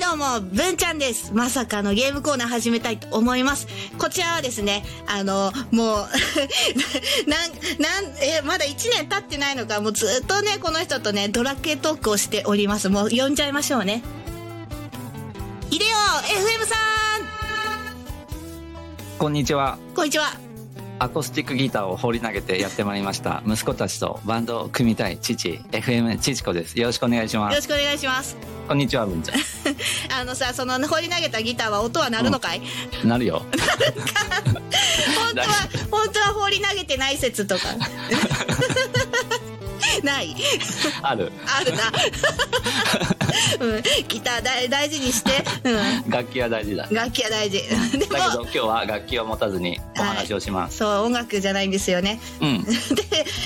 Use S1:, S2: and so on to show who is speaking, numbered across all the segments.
S1: どうも、文ちゃんです。まさかのゲームコーナー始めたいと思います。こちらはですね、あの、もう なん、なん、え、まだ1年経ってないのか、もうずっとね、この人とね、ドラクエトークをしております。もう呼んじゃいましょうね。いでよ !FM さ
S2: こんにちは。
S1: んこんにちは。
S2: アコースティックギターを放り投げてやってまいりました。息子たちとバンドを組みたい父、FM ちちこです。よろしくお願いし
S1: よ
S2: ま
S1: ろ
S2: す。
S1: しくお願いします。
S2: こんにちは、文ちゃ
S1: あのさ、その放り投げたギターは音は鳴るのかい、
S2: ん。なるよ。
S1: 本当は、本当は放り投げてない説とか。ない。
S2: ある。
S1: あるな。うん、ギター大大事にして、
S2: 楽器は大事だ。
S1: うん、楽器は大事。で
S2: だけ
S1: も、
S2: ど今日は楽器を持たずにお話をします。
S1: そう、音楽じゃないんですよね。
S2: うん。
S1: で、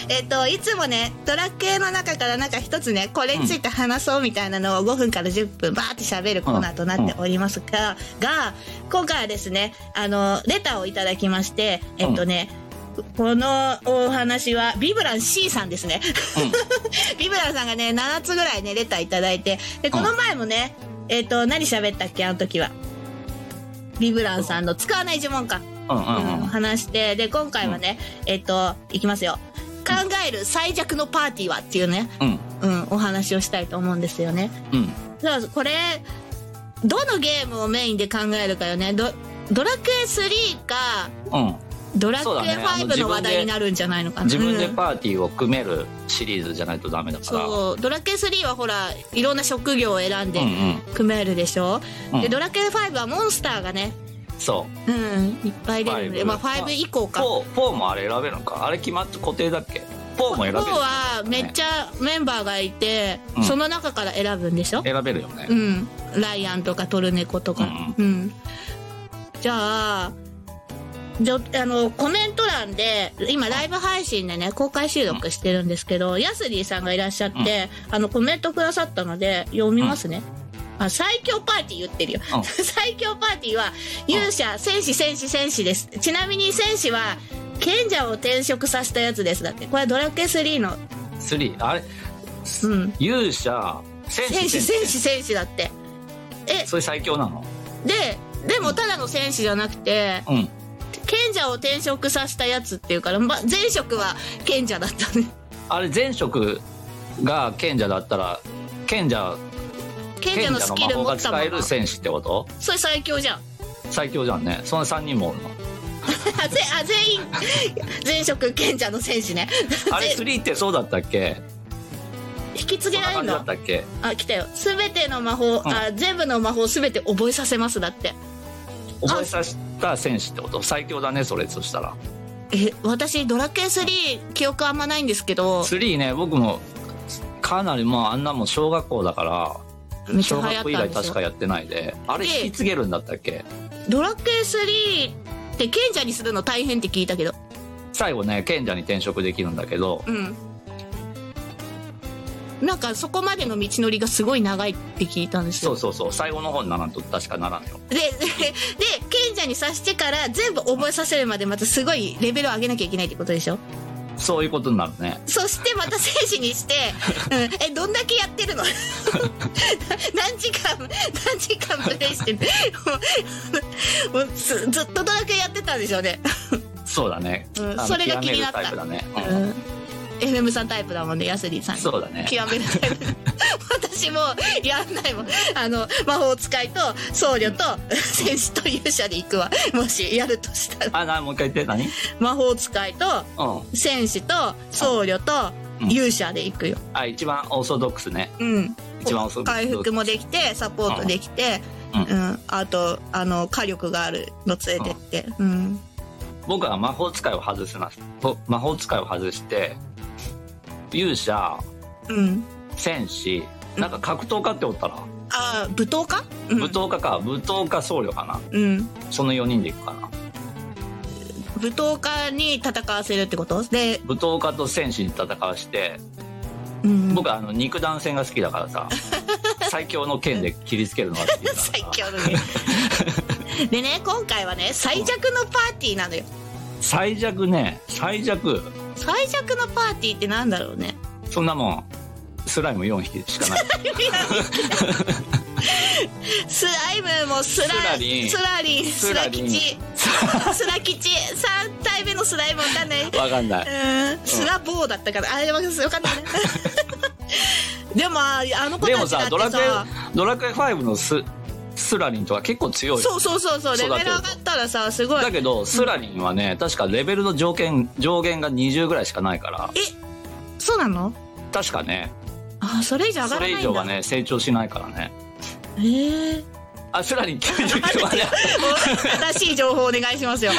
S1: えっ、と、いつもね、ドラクエの中からなんか一つね、これについて話そうみたいなのを5分から10分バーって喋るコーナーとなっておりますが、が、今回はですね、あの、レターをいただきまして、えっ、とね、このお話は、ビブラン C さんですね。 ビブランさんがね、7つぐらいね、レターいただいて、で、この前もね、えっ、と、何喋ったっけ、あの時は。ビブランさんの使わない呪文か。
S2: うんうん
S1: うん
S2: うん。
S1: 話して、で、今回はね、えっと、いきますよ。考える最弱のパーティーはっていうね、
S2: うん。
S1: うん、お話をしたいと思うんですよね。
S2: うん。
S1: そうこれ、どのゲームをメインで考えるかよね。ドドラクエ3か、
S2: うん。
S1: ドラクエ
S2: そうだねあの
S1: 5の話題になるんじゃないのかな。
S2: 自分で
S1: うん
S2: パーティーを組めるシリーズじゃないとダメだから。
S1: そう、ドラクエ3はほら、いろんな職業を選んで
S2: うんうん。
S1: 組めるでしょ、
S2: うん
S1: で、ドラクエ5はモンスターがね、
S2: そう。
S1: うん、いっぱい出るので、
S2: 5
S1: まあ5以降か。
S2: 4、4もあれ選べるのかあれ決まって固定だっけ ?4 も選べ
S1: 今
S2: る
S1: 日。はめっちゃメンバーがいて、
S2: うん
S1: その中から選ぶんでしょ、
S2: 選べるよね
S1: う。ん、ライアンとかトルネコとか、うんじゃあじょあのコメント欄で今ライブ配信でね公開収録してるんですけどヤスリーさんがいらっしゃって、あのコメントくださったので読みますね、あ最強パーティー言ってるよ、
S2: うん
S1: 最強パーティーは
S2: うん
S1: 勇者戦士戦士戦士ですちなみに戦士は賢者を転職させたやつですだってこれはドラクエ3の
S2: 3。あれ
S1: うん
S2: 勇者戦
S1: 戦
S2: 士
S1: 士戦士戦士だってえ
S2: それ最強なの
S1: ででもただの戦士じゃなくて
S2: うん
S1: 賢者を転職させたやつっていうから、ま、前職は賢者だったね
S2: あれ前職が賢者だったら賢者
S1: 賢
S2: 賢
S1: 者の
S2: 者の
S1: ス
S2: 魔
S1: キル
S2: 法
S1: 持
S2: が
S1: った
S2: 使
S1: ま
S2: え
S1: ま
S2: る戦士ってこと
S1: それ最強じゃん
S2: 最強じゃんねその3人もおるの
S1: あぜあ全員前職賢者の戦士ね
S2: あれ
S1: ぜ
S2: 3ってそうだったっけ
S1: 引き継
S2: そ
S1: げ
S2: んな
S1: ない
S2: 感
S1: ん
S2: じだ
S1: だ
S2: ったっけ
S1: あ来たよ全ての魔法、あ全部の魔法全て覚えさせますだって
S2: 覚えさせた戦士ってこと最強だねそれそしたら
S1: え私ドラクエ3記憶あんまないんですけど
S2: 3ね僕もかなりもうあんなもん小学校だか
S1: め
S2: ら
S1: っちゃ
S2: 小
S1: 流
S2: 学校以
S1: 行った
S2: 来
S1: んです
S2: 確
S1: よ
S2: かやってないであれ
S1: で
S2: 引き継げるんだったっけ
S1: ドラクエ3って賢者にするの大変って聞いたけど
S2: 最後ね賢者に転職できるんだけど
S1: うんなんかそこまでの道のりがすごい長いって聞いたんです
S2: そ
S1: よ
S2: うそうそう最後の方にならんと確かならんよ
S1: ででで賢者にさしてから全部覚えさせるまでまたすごいレベルを上げなきゃいけないってことでしょ
S2: そういうことになるね
S1: そしてまた戦士に して、うん、えどんだけやってるの な何時間何時間プレイしても うもうずずっとドラクエやってたんでしょうね、
S2: そうだね、
S1: うん
S2: あの
S1: それが気になった
S2: 極めるタイプだね、
S1: う
S2: うん
S1: ん、FM さんタイプだもんねヤスリーさん
S2: そうだね
S1: 極めるタイプ私もやんないもんあの魔法使いと僧侶と戦士と勇者で行くわ もしやるとしたら
S2: あなもう一回言って何
S1: 魔法使いと
S2: うん
S1: 戦士と僧侶と
S2: うん
S1: 勇者で行くよ
S2: あ一番オーソドックスね
S1: うん
S2: 一番オーソドックス
S1: 回復もできてサポートできて
S2: うん
S1: うん、あとあの火力があるの連れてってうん
S2: 僕は魔法使いを外すなと魔法使いを外して勇者
S1: うん
S2: 戦士なんか格闘家っておったら、
S1: ああ舞踏家うん
S2: 武闘家か武闘家僧侶かな
S1: うん
S2: その4人でいくかな
S1: 舞踏家に戦わせるってことで、
S2: 武闘家と戦士に戦わして
S1: うん、
S2: 僕はあの肉弾戦が好きだか らさ最強の剣で切りつけるのが好きだから
S1: 最強だね でね今回はね最弱のパーティーなのよ
S2: 最弱ね最弱
S1: 最弱のパーティーってなんだろうね
S2: そんなもんスライム4匹しかない
S1: いやスライムもスラ
S2: スラリン
S1: スラリン
S2: ス
S1: ス
S2: ラ
S1: ラ
S2: リン
S1: 吉スラ吉3体目のスライムわかん ない
S2: わかんな
S1: う
S2: い。
S1: ーんスラボーだったからあれわかんないわかん ないねでもあの 子
S2: で
S1: たちだ
S2: も
S1: ってさ
S2: さ、ドラクエ、ドラクエ5のス、スラリンとか結構強い。
S1: そうそうそうそう
S2: 育て
S1: レ
S2: る
S1: ベル上がったらさすごい
S2: だけど、スラリンはね、確かレベルの条件、上限が20ぐらいしかないから、
S1: えそうなの
S2: 確かね、
S1: あそれ以上上が
S2: そ
S1: らない
S2: れ
S1: んだ
S2: 以上はね、成長しないからね。
S1: えー
S2: あ、スラリン99ま で。
S1: 正しい情報お願いしますよ。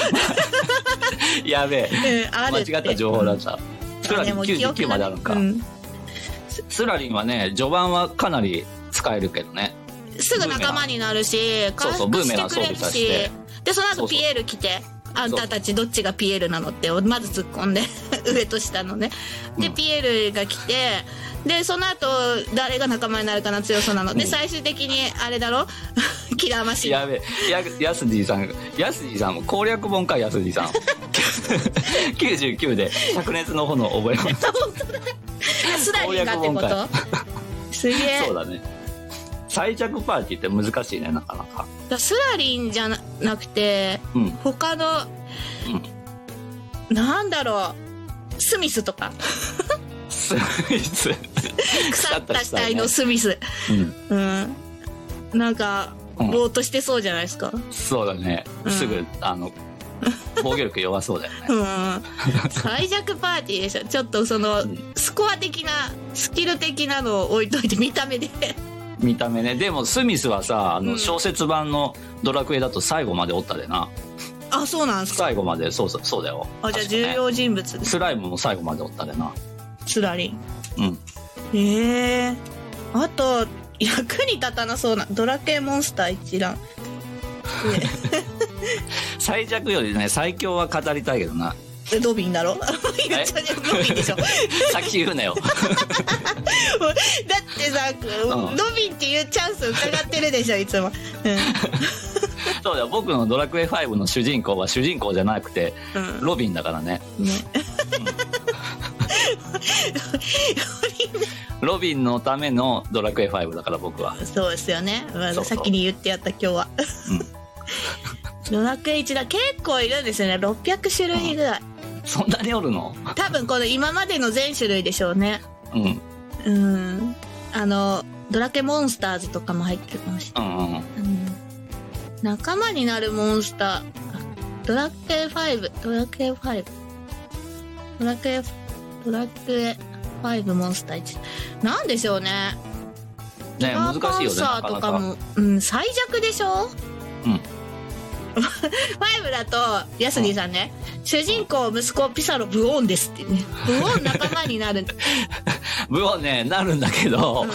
S2: やべ
S1: うん
S2: え。
S1: あ
S2: 間
S1: る
S2: 違った情報だ
S1: う
S2: っ
S1: ん
S2: た。スラリン
S1: あでも記憶
S2: 99まであるんか
S1: う。ん
S2: スラリンはね、序盤はかなり使えるけどね。
S1: すぐ仲間になるし、
S2: そうそう
S1: 回復
S2: ブーメラン装備させて
S1: で、その
S2: そうそう
S1: 後ピエール来て、あんたたちどっちがピエールなのって、まず突っ込んで、 上と下のね。で、
S2: うん
S1: ピエールが来て、で、その後、誰が仲間になるかな強そうなの。で、
S2: うん
S1: 最終的に、あれだろ キラーマシン。
S2: やべえ、や、やすじいさん、やすじいさん、攻略本か、やすじいさん。99で、灼熱の炎覚えます。
S1: スラリンがってこ
S2: 攻略
S1: と すげえ。
S2: そうだね。最弱パーティーって難しいね、なかなか。
S1: だからスラリンじゃななくて、
S2: うん。
S1: 他の、なんだろうスミスとか
S2: スイーツ。
S1: 腐った死体
S2: 腐
S1: の
S2: った死
S1: スミス、
S2: 体ねう
S1: う
S2: ん。
S1: んなんか
S2: うん
S1: ぼーっとしてそうじゃないですか
S2: そうだね。
S1: うん
S2: すぐ、あの、防御力弱そうだよね。
S1: うん最弱パーティーでしょちょっとその
S2: うん
S1: スコア的なスキル的なのを置いといて見た目で
S2: 見た目ね。でも、スミスはさ、あ
S1: う
S2: の、
S1: ん
S2: 小説版のドラクエだと最後までおったでな。
S1: あそうなんですか
S2: 最後まで、そうそう、そうだよ。
S1: あじゃあ
S2: 確かね
S1: 重要人物です
S2: スライムも最後までおったでな。
S1: スラリン
S2: うん。
S1: へえあと役に立たなそうなドラケモンスター一覧
S2: 最弱よりね最強は語りたいけど な
S1: でドビンだろ 言っちゃうねドビンでしょ
S2: 先言うなよ
S1: だってさ、
S2: ん
S1: ドビンっていうチャンス伺ってるでしょいつも、う
S2: そうだよ僕の「ドラクエ5」の主人公は主人公じゃなくて
S1: んうん
S2: ロビンだからね
S1: ね、
S2: ロビンのための「ドラクエ5」だから僕は
S1: そうですよね、まあ、
S2: そうそう
S1: 先に言ってやった今日は、 ドラクエ1だ結構いるんですよね600種類ぐらい
S2: そんなにおるの
S1: 多分この今までの全種類でしょうね
S2: うんうん
S1: うんあのドラケモンスターズとかも入ってるかもしれ
S2: うんうん
S1: ない、うん仲間になるモンスターあドラクエ5ドラクエ5ドラクエドラクエ5モンスター1なんでしょうね
S2: ね難
S1: パ
S2: しいよね
S1: パンサー
S2: なか
S1: と
S2: な
S1: か
S2: か
S1: も、うん、最弱でしょ
S2: うん
S1: ファイブだとヤスディさんね、主人公息子ピサロブオーンですってねブオーン仲間にな る、
S2: ブオンねなるんだけ
S1: う
S2: ど
S1: ん、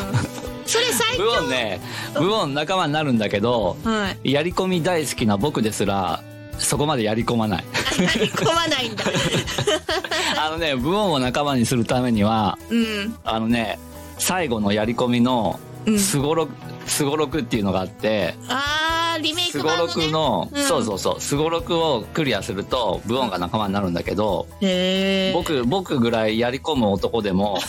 S1: それ最
S2: ブ
S1: 強
S2: オンねブオン仲間になるんだけど
S1: はい
S2: やり込み大好きな僕ですらそこまでやり込 まない
S1: あやり込まないんだ
S2: あのねブオンを仲間にするためには
S1: うん
S2: あのね最後のやり込みの
S1: うん
S2: すごろくすごろくっていうのがあって
S1: あーリメイ
S2: す
S1: ク
S2: ご
S1: 版の、
S2: ろ
S1: ね、
S2: くの、
S1: うん
S2: そうそうそうすごろくをクリアするとブオンが仲間になるんだけど、
S1: へー
S2: 僕僕ぐらいやり込む男 でも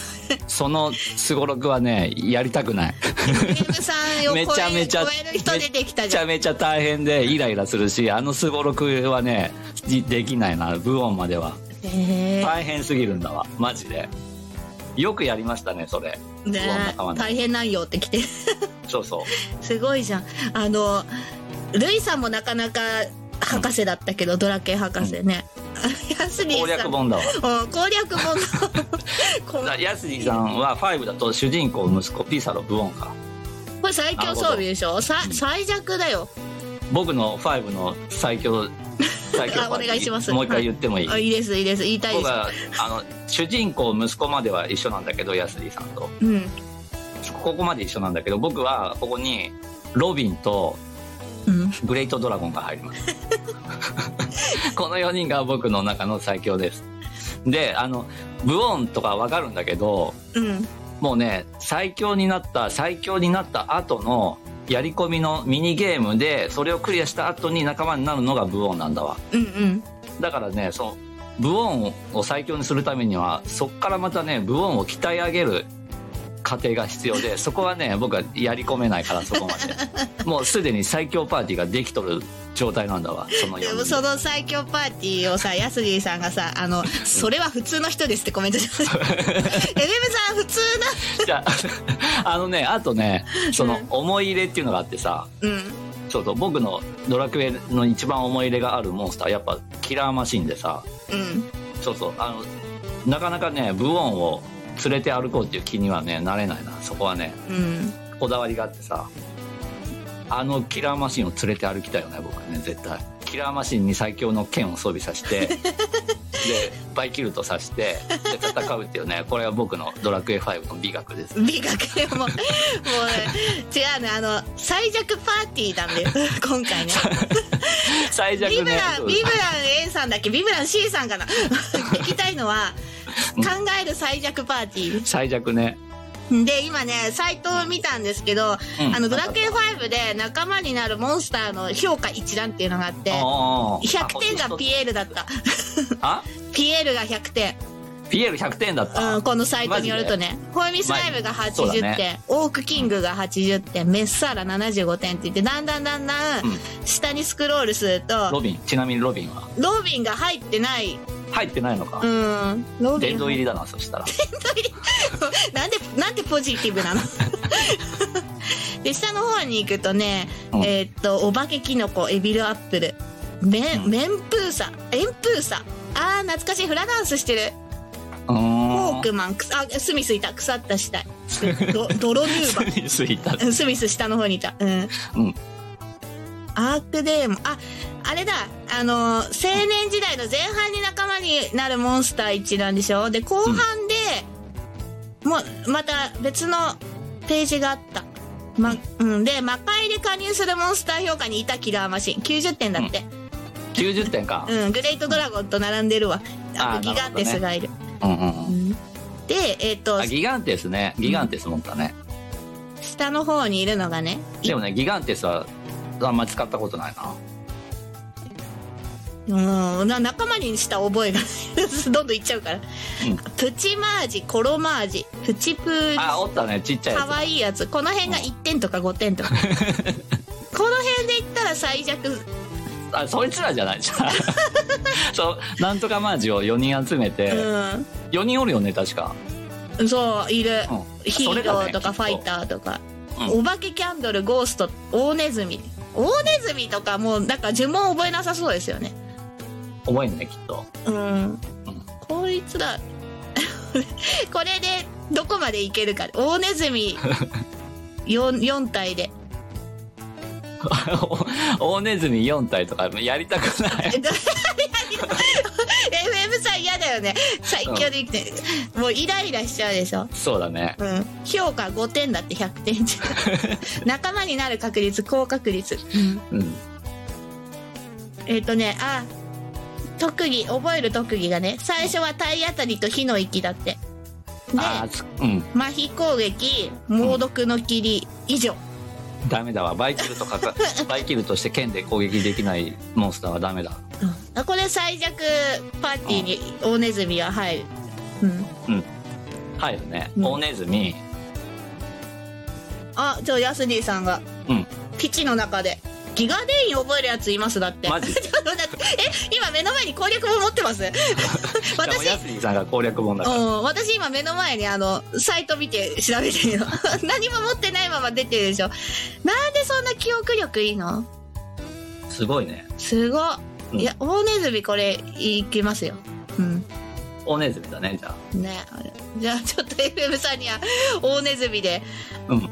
S2: そのすごろくはねやりたくない
S1: ゲームさんを超え
S2: めちゃめちゃ
S1: 超える人出てきた
S2: め
S1: じ
S2: ち
S1: ゃ
S2: ゃ
S1: ん
S2: めちゃ大変でイライラするしあのすごろくはねじできないなブオンまでは
S1: へー
S2: 大変すぎるんだわマジでよくやりましたねそれ
S1: ね
S2: ブオン仲間になる
S1: 大変なんよってきて
S2: そうそう
S1: すごいじゃん。あの、ルイさんもなかなか博士だったけど、ドラケン博士ね。ヤスリ
S2: 攻
S1: ー
S2: 略
S1: さん。
S2: 本だわ
S1: うん攻略本
S2: だ
S1: こ
S2: からヤスリさんは5だと主人公息子ピサロブオンか
S1: これ最強装備でしょさ最弱だよ。
S2: 僕の5の最強最強
S1: あ お願いします
S2: もう一回言ってもいい、
S1: あいいです、いいです。言いたいで
S2: 僕
S1: す。
S2: はあの主人公息子までは一緒なんだけどヤスリさんと
S1: うん。
S2: ここまで一緒なんだけど僕はここにロビンと
S1: うん。
S2: グレートドラゴンが入ります この4人が僕の中の最強ですであのブオンとかわかるんだけど
S1: うん。
S2: もうね最強になった最強になった後のやり込みのミニゲームでそれをクリアした後に仲間になるのがブオンなんだわ
S1: うんうん。
S2: だからねそのブオンを最強にするためにはそっからまたねブオンを鍛え上げる過程が必要 でそこはね僕はやり込めないからそこまでもうすでに最強パーティーができとる状態なんだわその
S1: で
S2: 4
S1: も
S2: 人
S1: その最強パーティーをさ、やすぎさんがさ、あの、それは普通の人ですってコメントして ました。エレムさん普通
S2: じゃあ あのねあとねその思い入れっていうのがあってさ
S1: な、うん。
S2: そうそう僕のドラクエの一番思い入れがあるモンスターはやっぱキラーマシンでさ
S1: うん。
S2: そうそうあのなかなかねブオンを連れて歩こうっていう気にはねなれないなそこはね
S1: うん。
S2: こだわりがあってさあのキラーマシンを連れて歩きたいよね僕はね絶対キラーマシンに最強の剣を装備さ せてでバイキルトさせてで戦うっていうねこれは僕のドラクエ5の美学です
S1: 美学でも、もう、違うね、あの、最弱パーティーなんだよ、 今回ね。
S2: 最弱
S1: ビブ
S2: ね
S1: ラン、ビブラン A さんだっけビブラン C さんかな 聞きたいのは、考える最弱パーティ
S2: 最弱ね、
S1: ー。で、今ね、サイトを見たんですけど、
S2: うん
S1: あの、ドラクエ5で仲間になるモンスターの評価一覧っていうのがあって、
S2: あー
S1: 100点がピエールだ った。
S2: あ
S1: ピエールが100点。
S2: ピエール100点だった、
S1: うん、このサイトによるとね。ホイミスライブが
S2: そうだ
S1: 80点、
S2: ね
S1: オークキングが80点、メッサーラ75点って言って、だんだんだんだん
S2: うん
S1: 下にスクロールすると、
S2: ロビンちなみにロビンは
S1: ロビンが入ってない。
S2: 入ってないのか、
S1: うん。ロビン
S2: 殿堂入りだなそしたら
S1: なんで、なんでポジティブなの で、下の方に行くとね、
S2: うん
S1: えーっと、お化けキノコ、エビルアップル、メ
S2: うん
S1: ン、メンプーサ、エンプーサ、あー、懐かしい、フラダンスしてる。
S2: うー
S1: フォ
S2: ん
S1: ークマン、くあ、スミスいた、腐った死体。 ド、ドロニューバ
S2: スイーター
S1: うん。スミス下の方にいた。うん。
S2: うん
S1: アークデーモン、あ、あれだ、あの、青年時代の前半に仲間になるモンスター一覧でしょで、後半で、もう、また別のページがあった。ま、うん。で、魔界で加入するモンスター評価にいたキラーマシン。90点だって。
S2: 90点か
S1: うん、グレートドラゴンと並んでるわ。あ
S2: あー
S1: とギガンテスがいる。
S2: うんうんうん
S1: うんで、えっ、と
S2: あ、ギガンテスねギガンテス持ったね、
S1: 下の方にいるのがね、
S2: でもねギガンテスはあんまり使ったことないな
S1: うん、な仲間にした覚えがどんどんいっちゃうから、
S2: うん
S1: プチマージコロマージプチプー
S2: あおったねちっちゃいや
S1: か
S2: つ
S1: わいいやつこの辺が1点とか5点 とかこの辺で言ったら最弱
S2: あそいつらじゃない じゃんそうなんとかマージを4人集めて、4人おるよね確か、
S1: うんそういる、
S2: うん、
S1: ヒーローとかフ
S2: そ
S1: ァ
S2: れがね
S1: イターとか、
S2: う
S1: お化けキャンドルゴースト大ネズミ大ネズミとかもうなんか呪文覚えなさそうですよね
S2: きっと重いねきっと
S1: うんこいつら これでどこまでいけるか大ネズミ 4, 4体 で
S2: 大ネズミ4体とかやりたくな
S1: え
S2: い
S1: ど FM さん嫌だよね最強で生きてる、もうイライラしちゃうでしょ
S2: そうだね
S1: うん、評価5点だって100点じ ゃん仲間になる確率高確率、うん
S2: うん
S1: えっ、とねあ特技覚える特技がね最初は体当たりと火の息だってで
S2: あーつうん
S1: 麻痺攻撃猛毒の霧以上、
S2: ダメだわバイキルと かかバイキルとして剣で攻撃できないモンスターはダメだ
S1: あこれ最弱パーティーに大ネズミは入る、うん、
S2: 入るね、
S1: うん
S2: 大ネズミ
S1: あじゃあヤスディさんが、
S2: うん
S1: 基地の中でギガデイン覚えるやついますだって
S2: マジ
S1: ちょっと待ってえ今目の前に攻略本持ってます
S2: でも
S1: 私
S2: やすりさんが攻略本だから
S1: うん、私今目の前にあの、サイト見て調べてるの。何も持ってないまま出てるでしょ。なんでそんな記憶力いいの
S2: すごいね
S1: すごっ。
S2: うん
S1: いや、大ネズミこれ、いきますよ。うん。
S2: 大ネズミだねじゃあ
S1: ねじゃあちょっと FM さんには、大ネズミで、
S2: うん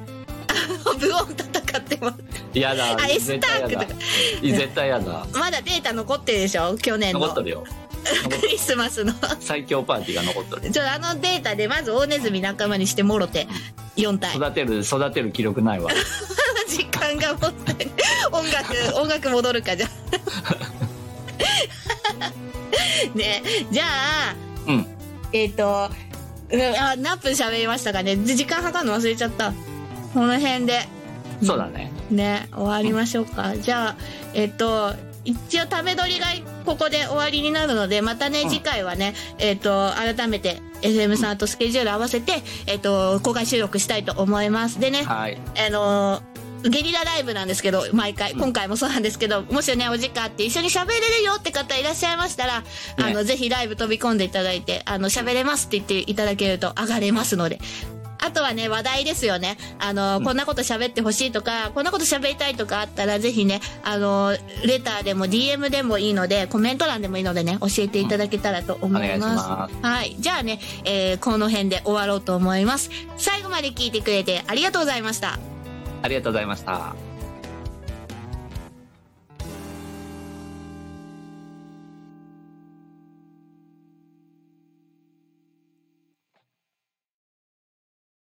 S1: ブオン戦ってもらって
S2: 嫌だ
S1: あエスターク
S2: だ
S1: と
S2: 絶対嫌だ
S1: まだデータ残ってるでしょ去年
S2: 残っ
S1: の
S2: と。るよ残っ
S1: クリスマスの。
S2: 最強パーティーが残っとる
S1: ちょ、あのデータで、まず大ネズミ仲間にしてもろて、4体。
S2: 育てる育てる気力ないわ
S1: 時間がもったいない音 楽音楽戻るかじゃあねじゃあ
S2: うん
S1: えっ、とうんあ何分喋りましたかねじ時間計るの忘れちゃったこの辺で
S2: そうだね
S1: ね終わりましょうかじゃあえっ、と一応ため撮りがここで終わりになるのでまたね、
S2: うん
S1: 次回はね、えっと改めて FM さんとスケジュール合わせて、えっと公開収録したいと思いますでね、
S2: はい
S1: あのーゲリラライブなんですけど毎回
S2: うん
S1: 今回もそうなんですけど、もしねお時間あって一緒に喋れるよって方いらっしゃいましたら、あのぜひライブ飛び込んでいただいてあの喋れますって言っていただけると上がれますので。あとはね、話題ですよね。あの、
S2: うん
S1: こんなこと喋ってほしいとか、こんなこと喋りたいとかあったら、ぜひね、あの、レターでも DM でもいいので、コメント欄でもいいのでね、教えていただけたらと思います。
S2: お願いします
S1: はい。じゃあね、えーこの辺で終わろうと思います。最後まで聞いてくれてありがとうございました。
S2: ありがとうございました